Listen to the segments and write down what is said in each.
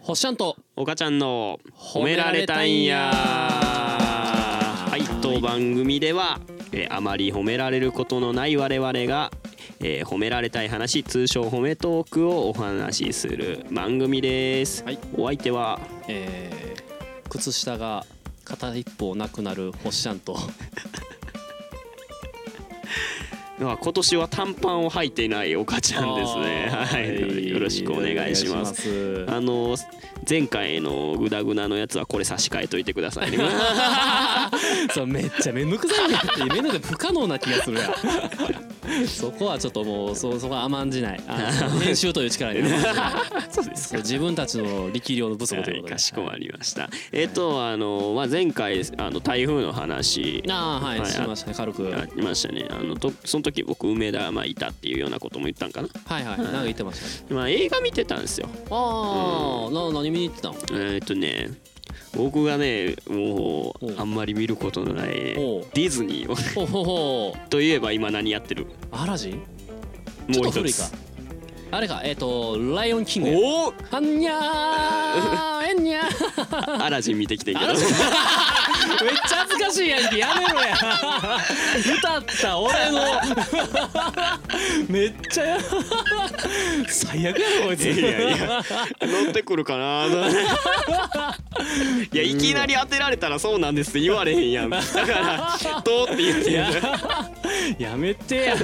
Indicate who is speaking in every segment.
Speaker 1: ほっしゃんと
Speaker 2: おかちゃんの褒められたいんやはい当番組では、えーあまり褒められることのない我々が、えー褒められたい話通称褒めトークをお話しする番組です、
Speaker 1: はい
Speaker 2: お相手は
Speaker 1: えー靴下が片一方なくなるほっしゃんと
Speaker 2: まあ今年は短パンを履いていないおかちゃんです ねはいよろしくお願いします
Speaker 1: す
Speaker 2: あの前回のグダグダのやつはこれ差し替えといてくださいね
Speaker 1: そうめっちゃ面倒くさいねって面倒で不可能な気がするやん そこはちょっともうそそこは甘んじないあ の編集という力に甘んじない
Speaker 2: そうです
Speaker 1: そう自分たちの力量の不足ということ
Speaker 2: は
Speaker 1: で
Speaker 2: いかしこまりました。えっ、とあのまあ前回あの台風の話。
Speaker 1: ああはい、
Speaker 2: はい
Speaker 1: しましたね軽くはい
Speaker 2: ありましたねあのとその時僕梅田まあいたっていうようなことも言ったんかな、
Speaker 1: はいなんか言ってましたね
Speaker 2: まあ、映画見てたんですよ
Speaker 1: ああ、な何見に行ってたの
Speaker 2: えーっ、とね僕がねも
Speaker 1: お
Speaker 2: う
Speaker 1: う
Speaker 2: あんまり見ることのないねデ
Speaker 1: おう
Speaker 2: ィズニーを
Speaker 1: ほほほ
Speaker 2: といえば今何やってる
Speaker 1: アラジンちょ
Speaker 2: も
Speaker 1: っと
Speaker 2: う一
Speaker 1: 古い
Speaker 2: つ
Speaker 1: かあれかえっ、と「ライオンキング」
Speaker 2: おお
Speaker 1: あんにゃーえんにゃー
Speaker 2: アラジン見てきてんけ ど
Speaker 1: めっちゃ恥ずかしいやんけやめろや歌った俺の めっちゃ最悪やろこいつ
Speaker 2: いやいや乗ってくる かないやいきなり当てられたらそうなんですって言われへんやん だから「と」って言って
Speaker 1: い
Speaker 2: ん
Speaker 1: や
Speaker 2: じゃん
Speaker 1: やめて や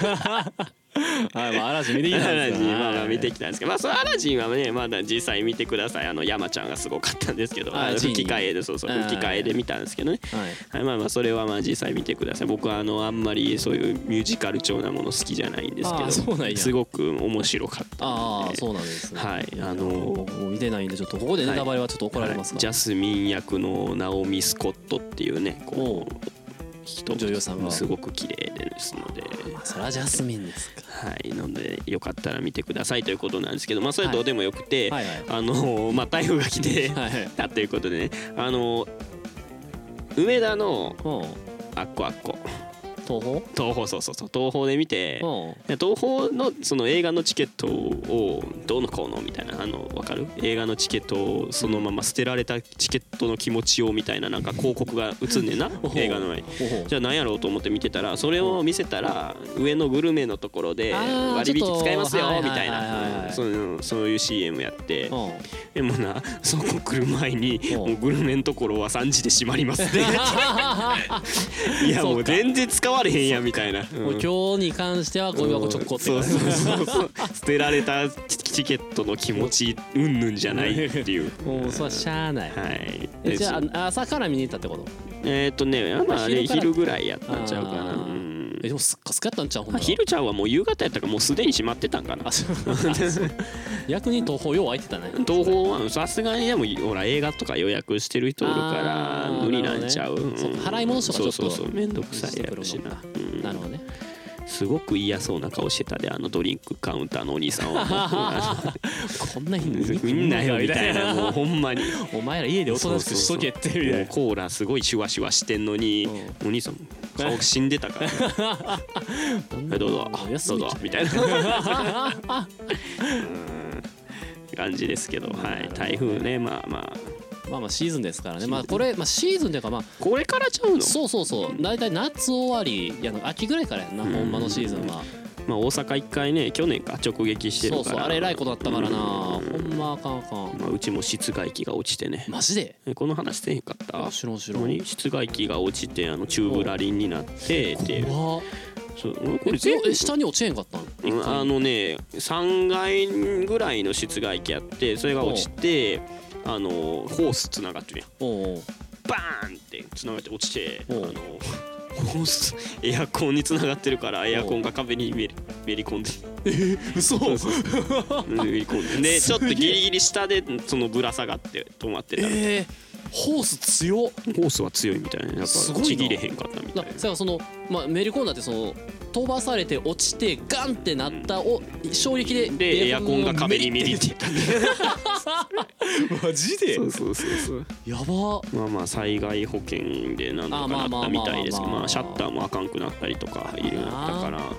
Speaker 1: はいまあ嵐見てきた
Speaker 2: ア
Speaker 1: ん
Speaker 2: ラ
Speaker 1: です
Speaker 2: ジ
Speaker 1: けど
Speaker 2: ンまあまあ見てきたんですけどまあそのアラジンはねまだ実際見てくださいあの山ちゃんがすごかったんですけど
Speaker 1: あ
Speaker 2: あの
Speaker 1: ジーニ
Speaker 2: 吹
Speaker 1: ー
Speaker 2: き替えでそうそう
Speaker 1: はい
Speaker 2: 吹き替えで見たんですけどね
Speaker 1: はい
Speaker 2: はいまあまあそれはまあ実際見てください僕はあのあんまりそういうミュージカル調なもの好きじゃないんですけ
Speaker 1: あーそうなん
Speaker 2: ど
Speaker 1: や
Speaker 2: すごく面白かった
Speaker 1: あ
Speaker 2: ん
Speaker 1: あ
Speaker 2: で
Speaker 1: そうなんですね
Speaker 2: はいあの
Speaker 1: 僕も見てないんでちょっとここでネタバレはちょっと怒られますか
Speaker 2: はいジ
Speaker 1: ら、
Speaker 2: ャスミン役のナオミ・スコットっていうねこう人
Speaker 1: 女優さんが
Speaker 2: すごく綺麗ですので、
Speaker 1: まあそれはジャスミンですか
Speaker 2: はい、なのでよかったら見てくださいということなんですけど、まあ、それは
Speaker 1: はい
Speaker 2: どうでもよくて、
Speaker 1: はいはい
Speaker 2: あの まあ、台風が来て、
Speaker 1: はいはい
Speaker 2: だということでねあの梅田の
Speaker 1: うん
Speaker 2: あっこあっこ
Speaker 1: 東宝
Speaker 2: 東宝そうそうそう東宝で見て
Speaker 1: うん
Speaker 2: で東宝のその映画のチケットをどうのこうのみたいなあのわかる映画のチケットをそのまま捨てられたチケットの気持ちをみたいななんか広告が映んね んな
Speaker 1: おう
Speaker 2: 映画の前に。
Speaker 1: おう
Speaker 2: じゃあ何やろうと思って見てたらそれを見せたら上のグルメのところで
Speaker 1: あー
Speaker 2: 割引
Speaker 1: ちょっと
Speaker 2: 使えますよ
Speaker 1: はいはい
Speaker 2: みたい
Speaker 1: はいはいは
Speaker 2: ないそういうそういう CM やって
Speaker 1: うん
Speaker 2: でもなそこ来る前に
Speaker 1: お
Speaker 2: もうグルメのところは3時で閉まりま すっていやも
Speaker 1: そうっか
Speaker 2: 全然使われへんやみたいな。
Speaker 1: もう
Speaker 2: うん
Speaker 1: 今日に関してはゴミ箱直行って
Speaker 2: そ
Speaker 1: 感
Speaker 2: う
Speaker 1: じ
Speaker 2: そうそうそう捨てられたチケットの気持ちうんぬんじゃないっていう
Speaker 1: もうそれはしゃあない
Speaker 2: はい
Speaker 1: えじゃ
Speaker 2: で
Speaker 1: あ朝から見に行ったってこと
Speaker 2: そえっ、とねまああれ昼
Speaker 1: 昼
Speaker 2: ぐらいやったんちゃうかな
Speaker 1: あー
Speaker 2: うん
Speaker 1: えでもすっかすかやったんちゃうほんなら
Speaker 2: 昼ちゃんはもう夕方やったからもうすでに閉まってたんかな
Speaker 1: あそう逆に東宝よう空いてたね
Speaker 2: 東宝はさすがにでもほら映画とか予約してる人おるから
Speaker 1: あー
Speaker 2: 無理なんちゃう,、
Speaker 1: なるほどね
Speaker 2: うん
Speaker 1: そっか払い戻すとかちょっと
Speaker 2: そうそうそう面倒くさいやろしな、うん
Speaker 1: なるほどね
Speaker 2: すごく嫌そうな顔してたであのドリンクカウンターのお兄さんは
Speaker 1: こんな日に
Speaker 2: みんなよみたいなもうほんまに
Speaker 1: お前ら家でおとなしくしとけってみたいな
Speaker 2: もうコーラすごいシュワシュワしてんのに、お兄さん顔死んでたから、ね、 はいどうぞ
Speaker 1: お休
Speaker 2: どう
Speaker 1: みじゃ
Speaker 2: ぞ
Speaker 1: ん
Speaker 2: みたいなうん感じですけど、 はい、台風ねまあまあ
Speaker 1: まあまあシーズンですからねまあこれまあシーズンというかまあ
Speaker 2: これからちゃうの
Speaker 1: そうそうそう大体夏終わりいや秋ぐらいからやんなほんまのシーズンは
Speaker 2: まあ、大阪一回ね去年か直撃してる
Speaker 1: そ
Speaker 2: か
Speaker 1: う
Speaker 2: ら
Speaker 1: そうあれ偉いことだったからなほ
Speaker 2: うん
Speaker 1: まあかんあかん
Speaker 2: まあ、うちも室外機が落ちてね
Speaker 1: マジで
Speaker 2: えこの話せへんかった
Speaker 1: 知らん知らん
Speaker 2: 何室外機が落ちてあのチューブラリンになってっていう
Speaker 1: 怖っ
Speaker 2: そうこ
Speaker 1: え
Speaker 2: れ
Speaker 1: ち
Speaker 2: 全
Speaker 1: ょ
Speaker 2: 部
Speaker 1: え下に落ちへんかったの
Speaker 2: うんあのね3階ぐらいの室外機やってそれが落ちてあのホースつながってるやん
Speaker 1: おうおう
Speaker 2: バーンってつながって落ちてあ
Speaker 1: お
Speaker 2: の
Speaker 1: う
Speaker 2: ホースエアコンにつながってるからエアコンが壁にめりめり込んで
Speaker 1: 嘘
Speaker 2: そうそうそうめり込んででちょっとギリギリ下でそのぶら下がって止まってたホ
Speaker 1: えーホース強っ
Speaker 2: ースは強いみたいなやっぱ
Speaker 1: すごいな
Speaker 2: ちぎれへんかったみ
Speaker 1: だ
Speaker 2: たいな
Speaker 1: からその、まあ、めり込んだってその飛ばされて落ちてガンってなったを衝撃で
Speaker 2: でエアコンが壁にめり
Speaker 1: っ
Speaker 2: ってていった
Speaker 1: マジで
Speaker 2: そうそうそうそう
Speaker 1: やば
Speaker 2: まあまあ災害保険でなんとか
Speaker 1: あま
Speaker 2: な
Speaker 1: あま
Speaker 2: っ
Speaker 1: あ
Speaker 2: たみたいです
Speaker 1: まあまあ
Speaker 2: まあシャッターもあかんくなったりとかいろいろあったから
Speaker 1: あ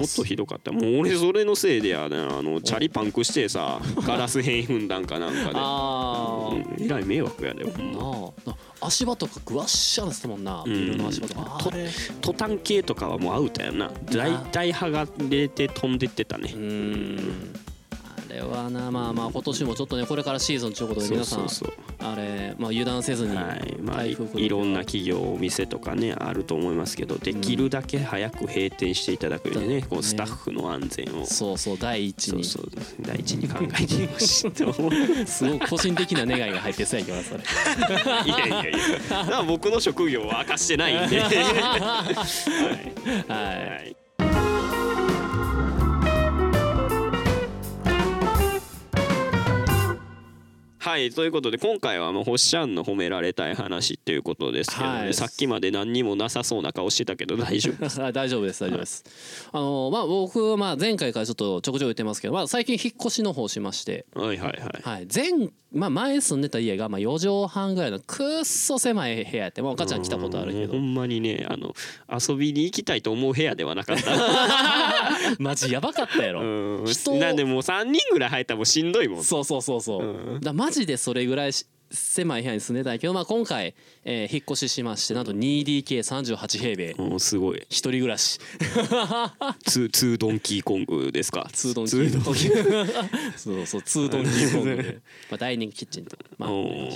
Speaker 2: もっとひどかったもう 俺それのせいでやなあのチャリパンクしてさガラス片踏んだんかなんかで
Speaker 1: あ
Speaker 2: えらい迷惑やでほんま
Speaker 1: なあ足場とかぐわっしゃなってたもんな
Speaker 2: うん
Speaker 1: ビルの足場とか
Speaker 2: と
Speaker 1: あれ
Speaker 2: トタン系とかはもうアウトやな大体剥がれて飛んでってたね
Speaker 1: うーんあれはなまあまあ今年もちょっとねこれからシーズンということで
Speaker 2: そう
Speaker 1: 皆さ
Speaker 2: そ
Speaker 1: ん
Speaker 2: うそう
Speaker 1: あれまあ油断せずに
Speaker 2: はいまあ、
Speaker 1: 台
Speaker 2: い
Speaker 1: 風来る
Speaker 2: いろんな企業お店とかねあると思いますけどできるだけ早く閉店していただくようにね
Speaker 1: だ
Speaker 2: こう
Speaker 1: ね
Speaker 2: スタッフの安全を、
Speaker 1: そうそう第一
Speaker 2: そう
Speaker 1: に
Speaker 2: そう第一に考えてほしいと 思うい
Speaker 1: すごく個人的な願いが入ってそうやけどな それ
Speaker 2: やいやいやだから僕の職業は明かしてないん で、はい
Speaker 1: はい
Speaker 2: はい、はいということで今回はもう星ちゃんの褒められたい話っていうことですけどね、
Speaker 1: はい
Speaker 2: さっきまで何にもなさそうな顔してたけど大丈夫
Speaker 1: あ大丈夫です大丈夫です、あのまあ僕はまあ前回からちょっとちょこちょこ言ってますけど、まあ、最近引っ越しの方しまして、
Speaker 2: はいはいはい
Speaker 1: はい前まあ、前住んでた家がまあ4畳半ぐらいのくっそ狭い部屋やって、まあ、お母ちゃん来たことあるけ
Speaker 2: もうほ
Speaker 1: ど
Speaker 2: んまにねあの遊びに行きたいと思う部屋ではなかった
Speaker 1: マジやばかったやろ、
Speaker 2: う ん
Speaker 1: 人を
Speaker 2: なんでもう3人ぐらい入ったらもうしんどいもん
Speaker 1: そうそうそうそう、
Speaker 2: うん
Speaker 1: だマジでそれぐらいし狭い部屋に住んでたんやけど、まあ、今回、えー引っ越ししましてなんと 2DK38 平米
Speaker 2: うんすごい
Speaker 1: 一人暮らし
Speaker 2: ツーツードンキーコングですか
Speaker 1: ツードンキ
Speaker 2: ツードン
Speaker 1: ーコング そうそうツードンキーコング で、まあ、ダイニングキッチンと、まあ、
Speaker 2: うん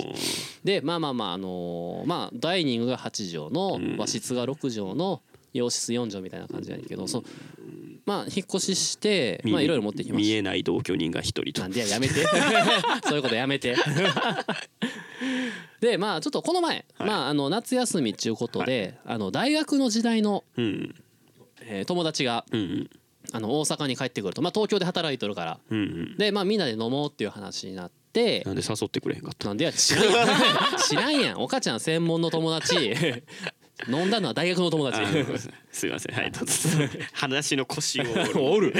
Speaker 1: でまあまあまああのーまあダイニングが8畳の
Speaker 2: ん
Speaker 1: 和室が6畳の洋室4畳みたいな感じなんだけどそうまあ引っ越ししてまあいろいろ持ってきま
Speaker 2: 見
Speaker 1: し
Speaker 2: えない同居人が一
Speaker 1: た
Speaker 2: 人と
Speaker 1: なんでややめてそういうことやめてでまあちょっとこの前、まああの夏休みっちゅうことで、あの大学の時代の、
Speaker 2: うん
Speaker 1: えー友達が
Speaker 2: うん
Speaker 1: あの大阪に帰ってくると、まあ、東京で働いとるから
Speaker 2: うんうん
Speaker 1: でまあみんなで飲もうっていう話になって
Speaker 2: なんで誘ってくれへんかった
Speaker 1: なんでや知らんやん 知らんやんお母ちゃん専門の友達 飲んだのは大学の友達
Speaker 2: すいませんはいどうぞ話の腰を折る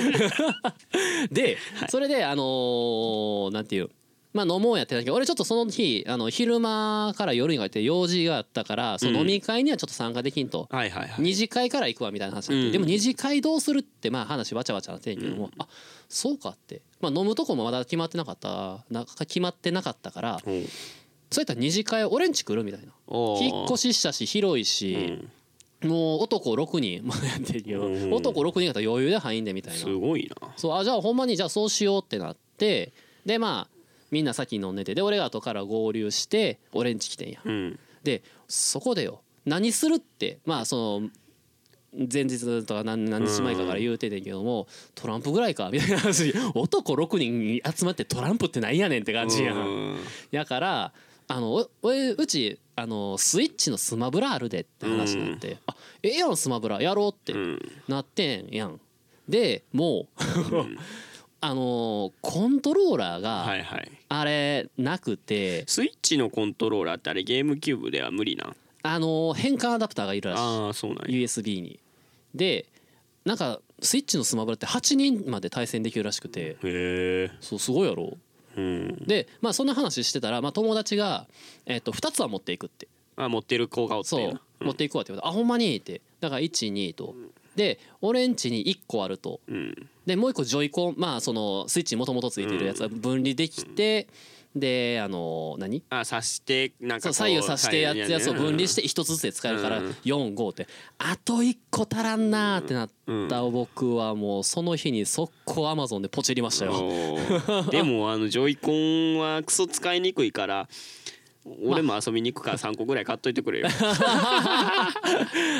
Speaker 1: でそれであのーなんていうまあ飲もうやってたけど俺ちょっとその日あの昼間から夜にかけて用事があったからその飲み会にはちょっと参加できんと、
Speaker 2: はいはいはい
Speaker 1: 二次会から行くわみたいな話になって、
Speaker 2: うん
Speaker 1: でも二次会どうするってまあ話わちゃわちゃなってんけども、あそうかって、まあ、飲むとこもまだ決まってなかったなんか決まってなかったから
Speaker 2: うん
Speaker 1: そういったら二次会俺んち来るみたいな
Speaker 2: おー
Speaker 1: 引っ越ししたし広いし、もう男6人まあやってるけど、
Speaker 2: うん
Speaker 1: 男6人だったら余裕で入んでみたいな
Speaker 2: すごいな
Speaker 1: そうあじゃあほんまにじゃあそうしようってなってでまあみんな先に飲んでてで俺が後から合流して俺んち来てんや
Speaker 2: うん
Speaker 1: でそこでよ何するってまあその前日とか何何日前かから言うてんねんけども、トランプぐらいかみたいな話男6人集まってトランプってなんやねんって感じやん
Speaker 2: うん
Speaker 1: やからあのおおいうちあのスイッチのスマブラあるでって話になって、あええやんスマブラやろうって
Speaker 2: うん
Speaker 1: なってんやん。でもう、 あのコントローラー
Speaker 2: は
Speaker 1: が
Speaker 2: いはい
Speaker 1: あれなくて、
Speaker 2: スイッチのコントローラーってあれゲームキューブでは無理な
Speaker 1: あの変換アダプターがいるらしい。
Speaker 2: ああそうなんや
Speaker 1: USB にでなんかスイッチのスマブラって8人まで対戦できるらしくて
Speaker 2: へえ
Speaker 1: そうすごいやろ
Speaker 2: うん
Speaker 1: でまあそんな話してたら、まあ、友達が、えっと2つは持っていくって
Speaker 2: あ持ってる子がおって
Speaker 1: そう、
Speaker 2: な
Speaker 1: 持っていくわって言われて「あほんまに?」ってだから12とで俺んちに1個あると
Speaker 2: うん
Speaker 1: でもう1個ジョイコンまあそのスイッチにもともとついてるやつは分離できて、であの何
Speaker 2: あ刺してなんか
Speaker 1: そ
Speaker 2: こ
Speaker 1: う
Speaker 2: う
Speaker 1: 左右さしてやつやつを分離してて一つずつで使えるから
Speaker 2: うん
Speaker 1: 45ってあと一個足らんなーってなった
Speaker 2: う
Speaker 1: 僕はもうその日に速攻アマゾンでポチりましたよ
Speaker 2: でもあのジョイコンはクソ使いにくいから俺も遊びに行くから3個ぐらい買っとい てくれよ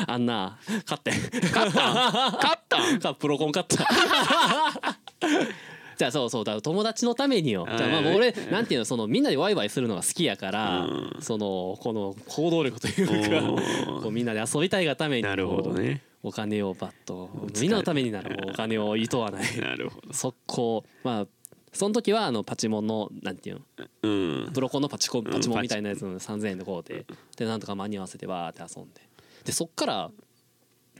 Speaker 1: あんな買って
Speaker 2: 買ったん買ったん
Speaker 1: かプロコン買った じゃあそうそうだから友達のためによ
Speaker 2: はい
Speaker 1: じゃあまあ俺なんていうのそのみんなでワイワイするのが好きやから
Speaker 2: う
Speaker 1: そのこの行動力という
Speaker 2: お
Speaker 1: か
Speaker 2: ー
Speaker 1: こうみんなで遊びたいがために
Speaker 2: なるほどね
Speaker 1: こうお金をバッとみんなのためにならもうお金をいと わない
Speaker 2: なるほど
Speaker 1: 速攻まあその時はあのパチモンのなんていうの
Speaker 2: うん
Speaker 1: プロコンのパチコンパチモン
Speaker 2: うん
Speaker 1: みたいなやつの3000円でこうてでなんとか間に合わせてバーって遊んででそっから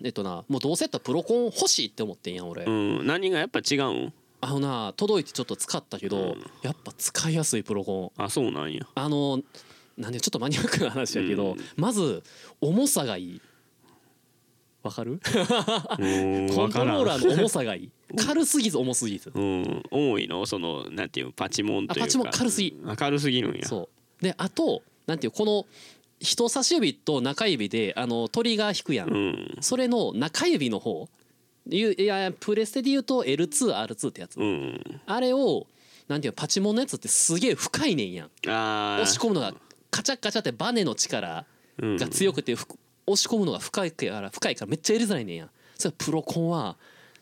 Speaker 1: えっとなもうどうせやったらプロコン欲しいって思ってんやん俺、
Speaker 2: うん何がやっぱ違うん
Speaker 1: あのな届いてちょっと使ったけど、
Speaker 2: うん
Speaker 1: やっぱ使いやすいプロコン
Speaker 2: あそうなんや
Speaker 1: あのなんでちょっとマニアックな話やけど、
Speaker 2: うん
Speaker 1: まず重さがいいわかる
Speaker 2: うん
Speaker 1: コ
Speaker 2: わ
Speaker 1: ン
Speaker 2: か
Speaker 1: ト
Speaker 2: ら
Speaker 1: ローラ
Speaker 2: ん
Speaker 1: ーの重さがい い軽すぎず重すぎず
Speaker 2: うん重いのそのなんていうパチモンというか
Speaker 1: あパチモン軽すぎ
Speaker 2: あ軽すぎるんや
Speaker 1: そうであとなんていうこの人差し指と中指であの鳥が引くやん、
Speaker 2: うん
Speaker 1: それの中指の方いういやプレステで言うと L2R2 ってやつ、
Speaker 2: うん
Speaker 1: あれをなんていうのパチモンのやつってすげえ深いねんやん
Speaker 2: あー
Speaker 1: 押し込むのがカチャカチャってバネの力
Speaker 2: うん
Speaker 1: が強くてふ押し込むのが深いから深いからめっちゃやりづらいねんやそれはプロコンは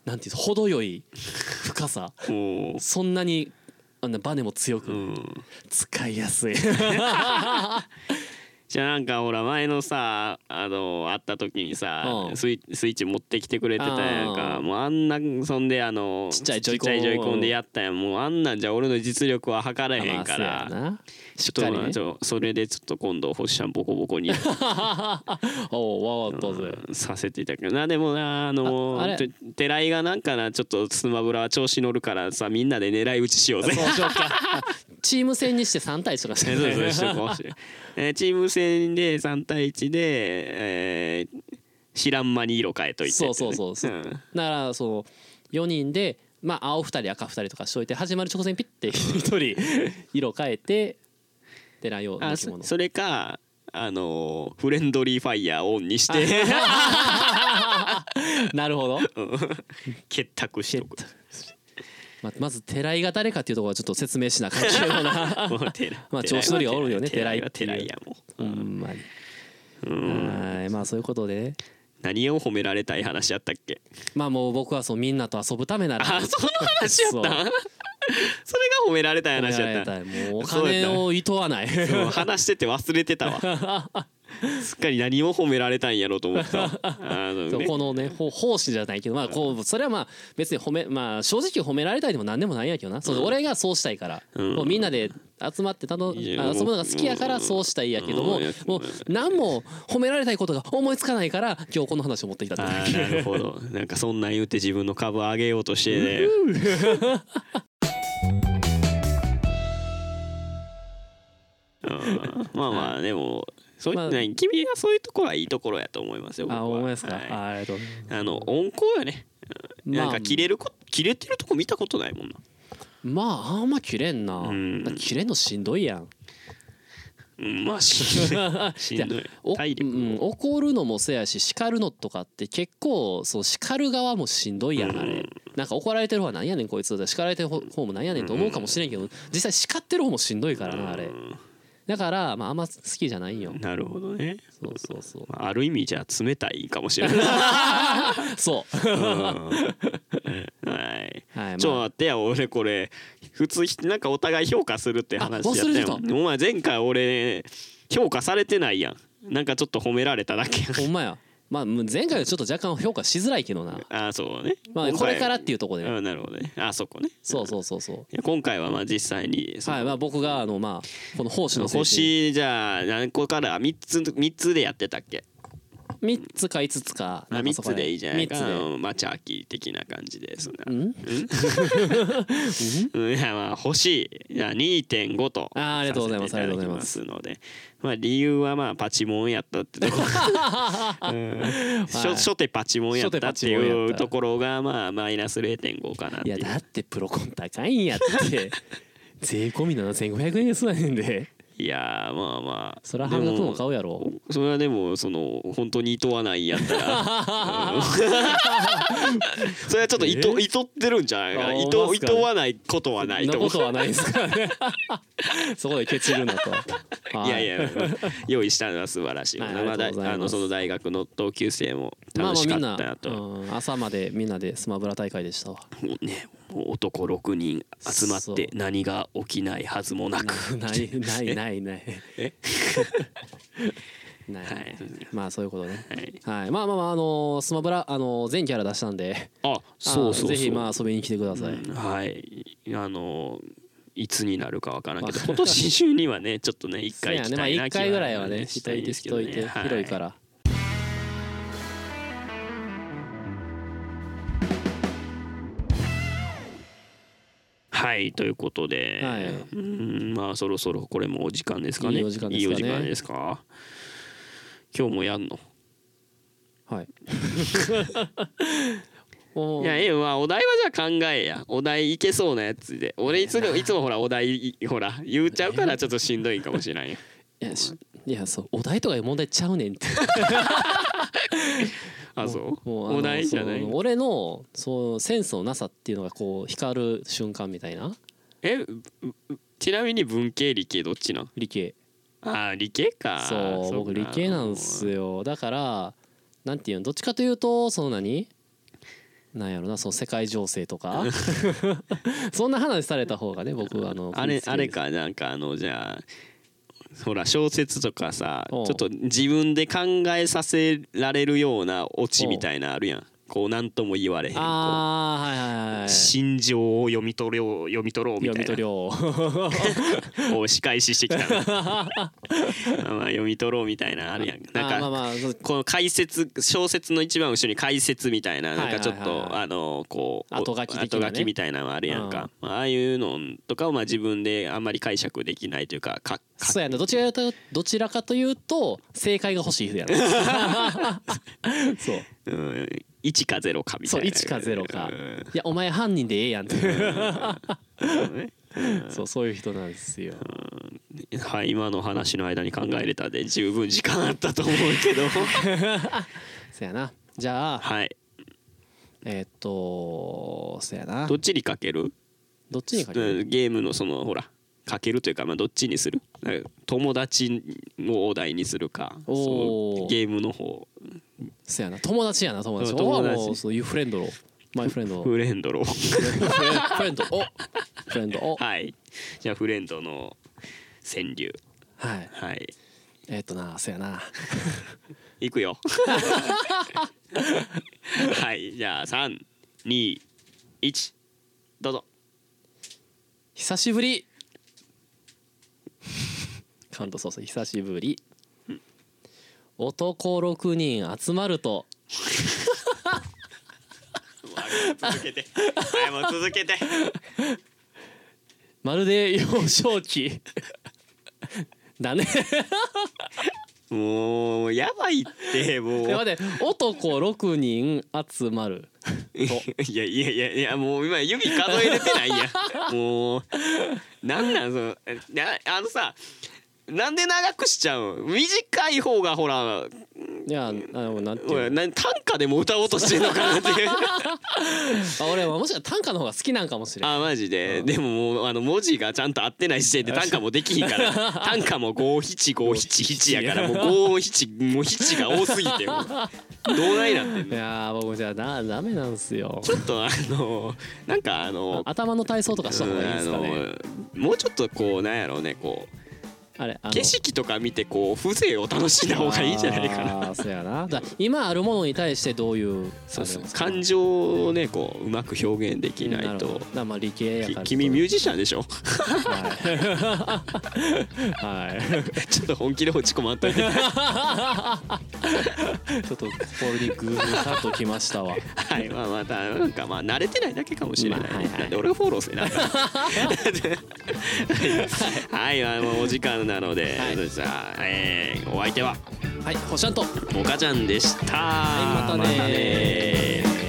Speaker 1: なんていうの程よい深さ
Speaker 2: おー
Speaker 1: そんなにあんなバネも強
Speaker 2: う
Speaker 1: く
Speaker 2: ん
Speaker 1: 使いやすい
Speaker 2: じゃあなんかほら前のさあの会った時にさ
Speaker 1: うん
Speaker 2: スイスイッチ持ってきてくれてたやんか
Speaker 1: あー
Speaker 2: もうあんなそんであの
Speaker 1: ちっちゃいジョイコン
Speaker 2: ちっちゃジョイコンでやったやんもうあんなんじゃ俺の実力は測れへんか
Speaker 1: ま
Speaker 2: ら、
Speaker 1: あそうやなしっ
Speaker 2: ちょ
Speaker 1: か
Speaker 2: っと
Speaker 1: りね
Speaker 2: ちょそれでちょっと今度星ちゃんボコボコに
Speaker 1: おうわわったぜ
Speaker 2: させていただくなでもなあの
Speaker 1: ああれ
Speaker 2: て寺井がなんかなちょっとスマブラは調子乗るからさみんなで狙い撃ちしようぜ
Speaker 1: そうしようかチーム戦にして3対1とかして
Speaker 2: えそうですしとこうしえーチーム戦で3対1で、えー知らん間に色変えといてってね、
Speaker 1: そうそうそうそうんだからその4人で、まあ、青2人赤2人とかしといて始まる直前にピッて1人色変えて寺用の
Speaker 2: あ
Speaker 1: 着
Speaker 2: そ
Speaker 1: 物
Speaker 2: それかあのーフレンドリーファイヤーオンにして
Speaker 1: なるほど、
Speaker 2: 結託しとく
Speaker 1: まあ、まず寺井が誰かっていうところはちょっと説明しなあかんけど な
Speaker 2: もう寺
Speaker 1: まあ調子乗りがおるよね
Speaker 2: 寺井は
Speaker 1: 寺
Speaker 2: 寺
Speaker 1: 井ってい
Speaker 2: 井
Speaker 1: う
Speaker 2: やもん
Speaker 1: ほんまにはいまあそういうことで
Speaker 2: 何を褒められたい話やったっけ
Speaker 1: まあもう僕はそうみんなと遊ぶためなら
Speaker 2: あその話やったん それが褒められたい
Speaker 1: そう
Speaker 2: 話や
Speaker 1: や
Speaker 2: っ
Speaker 1: ったた
Speaker 2: ん
Speaker 1: もうお
Speaker 2: そうや
Speaker 1: 金
Speaker 2: った
Speaker 1: をいとわない
Speaker 2: そう話してて忘れてた わすっかり何を褒められたんやろうと思ってたわあの、
Speaker 1: そう
Speaker 2: ね、
Speaker 1: このねほ奉仕じゃないけどまあこうそれはまあ別に褒めまあ正直褒められたりでも何でもないんやけどなそう俺がそうしたいから
Speaker 2: ん
Speaker 1: もうみんなで集まってたのあ
Speaker 2: い
Speaker 1: 遊ぶ
Speaker 2: やもう
Speaker 1: のが好きやからそうしたいやけども
Speaker 2: うんうん
Speaker 1: もう何も褒められたいことが思いつかないから今日この話を持ってきたって
Speaker 2: あーなる ほどなんかそんなん言うて自分の株上げようとしてねうんまあまあでもそうい
Speaker 1: まあ
Speaker 2: なん君がそういうところはいいところやと思いますよ僕は
Speaker 1: あ思いますか
Speaker 2: はい
Speaker 1: あありがとうござい
Speaker 2: あの温厚よねうん
Speaker 1: ま
Speaker 2: な
Speaker 1: あ
Speaker 2: んか切れるこ切れてるとこ見たことないもんな
Speaker 1: まああんま切れんな
Speaker 2: うん
Speaker 1: だから切れんのしんどいやん
Speaker 2: う んまあしんどいしんどい
Speaker 1: お
Speaker 2: 体力
Speaker 1: うん
Speaker 2: も
Speaker 1: 怒るのもせやし叱るのとかって結構そう叱る側もしんどいやんあれ、なんか怒られてる方はなんやねんこいつ叱られてる方もなんやねんと思うかもしれんけど、実際叱ってる方もしんどいからなあれだから、まあ、あんま好きじゃないんよ
Speaker 2: なるほどね
Speaker 1: そうそうそう
Speaker 2: まあある意味じゃ冷たいかも しれない
Speaker 1: そう
Speaker 2: はい
Speaker 1: はい、
Speaker 2: ちょっと
Speaker 1: まあ
Speaker 2: 待ってや俺これ普通ひなんかお互い評価するって話やった
Speaker 1: あ
Speaker 2: よ
Speaker 1: 忘れて
Speaker 2: お前前回俺評価されてないやんなんかちょっと褒められただけやん
Speaker 1: ほんまやまあ前回はちょっと若干評価しづらいけどな、
Speaker 2: あそうね
Speaker 1: まあ、
Speaker 2: 今
Speaker 1: こ
Speaker 2: 回
Speaker 1: れからっていうところでね
Speaker 2: あなるほどねあそこね
Speaker 1: そうそうそうそう
Speaker 2: いや今回はまあ実際にその
Speaker 1: はいまあ僕があのまあこの奉仕の精神
Speaker 2: 星じゃあ何個から3つ三つでやってたっけ
Speaker 1: 3つか5つか
Speaker 2: あ
Speaker 1: なんかそこ
Speaker 2: 3つ
Speaker 1: ら
Speaker 2: でいいじゃないか
Speaker 1: 三つで
Speaker 2: あのマチャーキー的な感じですなうんいやまあ欲しいいや2.5と
Speaker 1: あーありがとうございます
Speaker 2: させてただきますのでまあ理由はまあパチモンやったって とこうん初初手パチモンやったって
Speaker 1: 初手パチモン
Speaker 2: い
Speaker 1: や
Speaker 2: う
Speaker 1: った
Speaker 2: ところがまあマイナス0.5かなっ
Speaker 1: い
Speaker 2: てい
Speaker 1: や
Speaker 2: う
Speaker 1: だってプロコン高いんやって 税込み7500円ですわねんで
Speaker 2: いやーまあまあ
Speaker 1: それは半額も買
Speaker 2: う
Speaker 1: うやろ
Speaker 2: それはでもその本当にいとわないんやった らうんそれはちょっといといとってるんじゃない
Speaker 1: あ
Speaker 2: かな
Speaker 1: ー
Speaker 2: い
Speaker 1: 思い
Speaker 2: と
Speaker 1: ますかね
Speaker 2: いとわないことはない
Speaker 1: な
Speaker 2: と思
Speaker 1: こ
Speaker 2: う
Speaker 1: とはないですから ねそこでケチるなとはい
Speaker 2: やいや、まあ用意したのは素晴らしい。
Speaker 1: はい
Speaker 2: まあ
Speaker 1: ありが
Speaker 2: だ
Speaker 1: とうございます
Speaker 2: あのその大学の同級生も
Speaker 1: まあま
Speaker 2: 楽
Speaker 1: あ
Speaker 2: し
Speaker 1: みん
Speaker 2: かっ
Speaker 1: な
Speaker 2: たなと。
Speaker 1: うん朝までみんなでスマブラ大会でしたわ
Speaker 2: もうね、もう男六人集まっ
Speaker 1: そう
Speaker 2: て何が起きないはずもなく。
Speaker 1: ないないないない
Speaker 2: え
Speaker 1: ない、
Speaker 2: はい
Speaker 1: まあそういうことね
Speaker 2: はい。
Speaker 1: はいまあまあまああのースマブラあのー全キャラ出したんで
Speaker 2: あ、そうそうそう。
Speaker 1: あーぜひまあ遊びに来てください、
Speaker 2: うんはい。あのいつになるかわからんけど、今年中にはね、ちょっとね一
Speaker 1: そう
Speaker 2: 回
Speaker 1: や
Speaker 2: 行き
Speaker 1: ねまあ
Speaker 2: たいな
Speaker 1: 1
Speaker 2: 気はね、
Speaker 1: 回ぐらいはねし
Speaker 2: し
Speaker 1: と
Speaker 2: たい
Speaker 1: い
Speaker 2: で
Speaker 1: て
Speaker 2: す
Speaker 1: し
Speaker 2: けど
Speaker 1: と
Speaker 2: ね。
Speaker 1: いて広いからら
Speaker 2: はいということで、
Speaker 1: はいう
Speaker 2: ーんまあそろそろこれもお時間ですかね。
Speaker 1: いいお時間ですかね
Speaker 2: いいお時間ですか 今日もやんの。
Speaker 1: はいお
Speaker 2: いやええわお題はじゃあ考えやお題いけそうなやつで俺いつもいつもほらお題いほら言っちゃうからちょっとしんどいんかもしれんよ
Speaker 1: いやしいやそうお題とかいう問題ちゃうねんって
Speaker 2: あそう
Speaker 1: もうあの
Speaker 2: お題じゃない
Speaker 1: その俺のそうセンスのなさっていうのがこう光る瞬間みたいな
Speaker 2: えううちなみに文系理系どっちなん
Speaker 1: 理系
Speaker 2: あー理系か
Speaker 1: そう僕理系なんです
Speaker 2: よ
Speaker 1: よだからなんていうのどっちかというとその何なんやろなその世界情勢と かそんな話された方がね僕はあの
Speaker 2: あれあれ
Speaker 1: 好
Speaker 2: かなんかあのじゃあほら小説とかさち
Speaker 1: お
Speaker 2: ょ
Speaker 1: う
Speaker 2: っと自分で考えさせられるようなオチみたいなあるやんこう何とも言われへん
Speaker 1: きです
Speaker 2: こう
Speaker 1: あーはいはいはい
Speaker 2: 心情を読み取ろう読み取ろうみ
Speaker 1: 読
Speaker 2: た
Speaker 1: み取
Speaker 2: い
Speaker 1: りを
Speaker 2: なを仕返ししてきた なまあまあ読み取ろうみたいなあるやんなん か
Speaker 1: あまあまあそう
Speaker 2: この解説小説の一番後ろに解説みたいななんかちょっ
Speaker 1: はいはいはい
Speaker 2: と
Speaker 1: はい
Speaker 2: あのこう
Speaker 1: 後書き的なね
Speaker 2: 後書きみたいなのあるやんか、ああいうのとかをまあ自分であんまり解釈できないというかかか
Speaker 1: そうやなどちらかとどちらかというと正解が欲しい人や なそう
Speaker 2: うん1か0かみた
Speaker 1: そ
Speaker 2: いうな
Speaker 1: 1か0か
Speaker 2: うん
Speaker 1: いやお前犯人でええやんって そうそういう人なんですよ
Speaker 2: はい今の話の間に考えれたで十分時間あったと思う けど
Speaker 1: そやなじゃあ
Speaker 2: はい
Speaker 1: えーっとそやな
Speaker 2: どっちにかける
Speaker 1: どっちにかける
Speaker 2: うんゲームのそのほらかけるというか、まあ、どっちにするなんか友達をお題にするかそ
Speaker 1: おー
Speaker 2: のゲームの方
Speaker 1: そやな友達やな友達
Speaker 2: うん友達
Speaker 1: おもうそういうフレ ンドロマイフレンドフ
Speaker 2: フレンドの
Speaker 1: レンドおフレンドお
Speaker 2: はいじゃあフレンドの川柳
Speaker 1: はい
Speaker 2: はい
Speaker 1: えーっとなそやない
Speaker 2: くよ はいじゃあ321どうぞ
Speaker 1: 久しぶり カウントそうそう久しぶり男6人集まると
Speaker 2: 続けてはいもう続けて
Speaker 1: まるで幼少期だね
Speaker 2: もうやばいってもう
Speaker 1: で待って男6人集まる
Speaker 2: いやいやいやいやもう今指数えれてないやんもうなんなんそのなあのさなんで長くしちゃうん短い方がほら
Speaker 1: いやあのなんて
Speaker 2: ほ
Speaker 1: い
Speaker 2: ら
Speaker 1: うの
Speaker 2: なん短歌でも歌おうとしてんのかなっていう
Speaker 1: あ俺はもしかしたら短歌の方が好きなんかもしれん
Speaker 2: あマジででももうあの文字がちゃんと合ってない時点で短歌もできひんから 短歌も五七五七七やからもう五七もう七が多すぎてもうどうないなって
Speaker 1: い
Speaker 2: んの
Speaker 1: やー僕じゃあなダメなんすよ
Speaker 2: ちょっとあのなんかあの
Speaker 1: 頭の体操とかした方がいいですか
Speaker 2: う
Speaker 1: ね
Speaker 2: んあのもうちょっとこうなんやろうねこう
Speaker 1: あれあの
Speaker 2: 景色とか見てこう風情を楽しんだ方がいいんじゃないかな
Speaker 1: あーそうやなだ今あるものに対してどういう
Speaker 2: そうそう
Speaker 1: あれ
Speaker 2: 感情をねこううまく表現できな
Speaker 1: ないるほど
Speaker 2: と
Speaker 1: だからまあ理系や
Speaker 2: き
Speaker 1: から
Speaker 2: 君ミュージシャンでしょ
Speaker 1: はい、 は
Speaker 2: ちょっと本気で落ち込まったね
Speaker 1: い、ちょっとこれにグーグーさっときましたわ
Speaker 2: はいまあまたなんかまあ慣れてないだけかもしれない、
Speaker 1: まあはいはい
Speaker 2: なんで俺がフォローせ なあかんはい、はい、もうお時間なので、
Speaker 1: はい
Speaker 2: じゃあ、えーお相手は
Speaker 1: はいほっしゃんと
Speaker 2: モカちゃんでした、
Speaker 1: いまたねー
Speaker 2: またねー